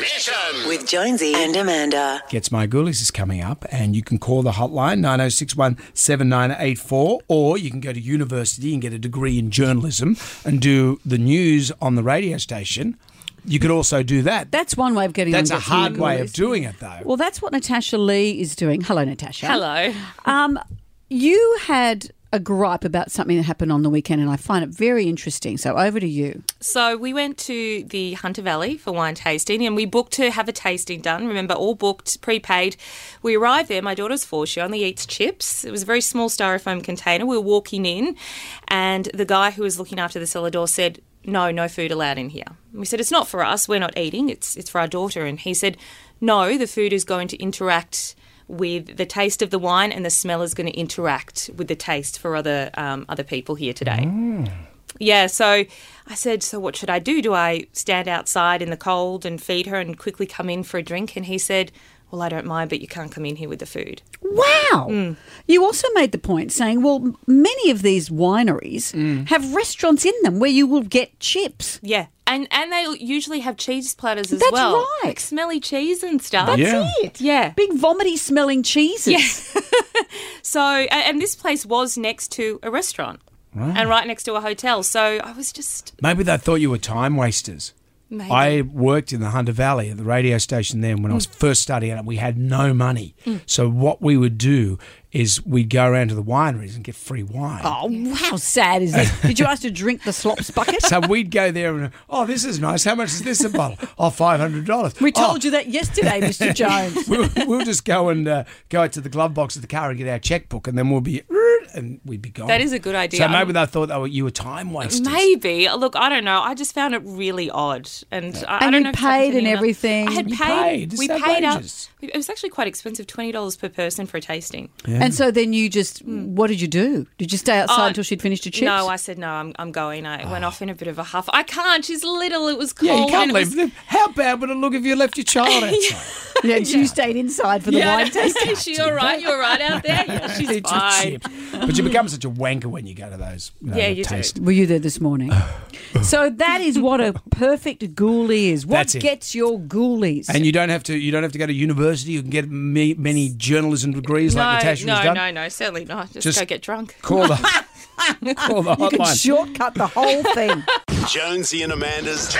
Mission. with Jonesy and Amanda. Gets My Ghoulies is coming up, and you can call the hotline 9061 7984, or you can go to university and get a degree in journalism and do the news on the radio station. You could also do that. That's one way of getting. That's on a Get to Know hard way Girls. of doing it, though. Well, that's what Natasha Lee is doing. Hello, Natasha. Hello. Um, you had a gripe about something that happened on the weekend, and I find it very interesting. So over to you. So we went to the Hunter Valley for wine tasting and we booked to have a tasting done. Remember, all booked, prepaid. We arrived there, my daughter's four, she only eats chips. It was a very small styrofoam container. We were walking in and the guy who was looking after the cellar door said, No, no food allowed in here. And we said, It's not for us, we're not eating, it's it's for our daughter. And he said, No, the food is going to interact with the taste of the wine and the smell is going to interact with the taste for other um, other people here today. Yeah, so I said, So what should I do? Do I stand outside in the cold and feed her and quickly come in for a drink? And he said, Well, I don't mind, but you can't come in here with the food. Wow. Mm. You also made the point saying, well, m- many of these wineries Mm. have restaurants in them where you will get chips. Yeah. And and they usually have cheese platters as That's well. right. Like smelly cheese and stuff. Yeah. It. Yeah. Big vomity smelling cheeses. So, a- and this place was next to a restaurant and right next to a hotel. So I was just, Maybe they thought you were time wasters. Maybe. I worked in the Hunter Valley at the radio station then when I was first studying it. We had no money. So, what we would do is we'd go around to the wineries and get free wine. Oh, how sad is this? Did you ask to drink the slops bucket? So we'd go there and, oh, this is nice. How much is this a bottle? Oh, $500. We told you that yesterday, Mr. Jones. We'll, Oh, we'll just go and uh, go out to the glove box of the car and get our checkbook, and then we'll be and we'd be gone. That is a good idea. So maybe they thought they were, you were time wasters. maybe. Look, I don't know. I just found it really odd. And I, I And don't you know. if it's paid happened and in other- everything. I had You paid. paid. It's We paid up. outrageous. It was actually quite expensive $20 per person for a tasting. And so then you just, what did you do? Did you stay outside Oh, until she'd finished her chips? No, I said no. I'm, I'm going. I went off in a bit of a huff. I can't. She's little. It was cold. Yeah, you can't oh, and it was- leave. them. How bad would it look if you left your child outside? yeah, you stayed inside for the Yeah, wine tasting. Is she all right? You're all right out there. Yeah, she's It's just fine. chips. But you become such a wanker when you go to those. You know, Yeah, the you do. taste. Were you there this morning? so that is what a perfect ghoul is. What That's it. gets your ghoulies? And you don't have to. You don't have to go to university. You can get me, many journalism degrees No, like Natasha has no, done. no, no, certainly not. Just, Just- go get drunk. Call the call the you can hotline. shortcut the whole thing. Jonesy and Amanda's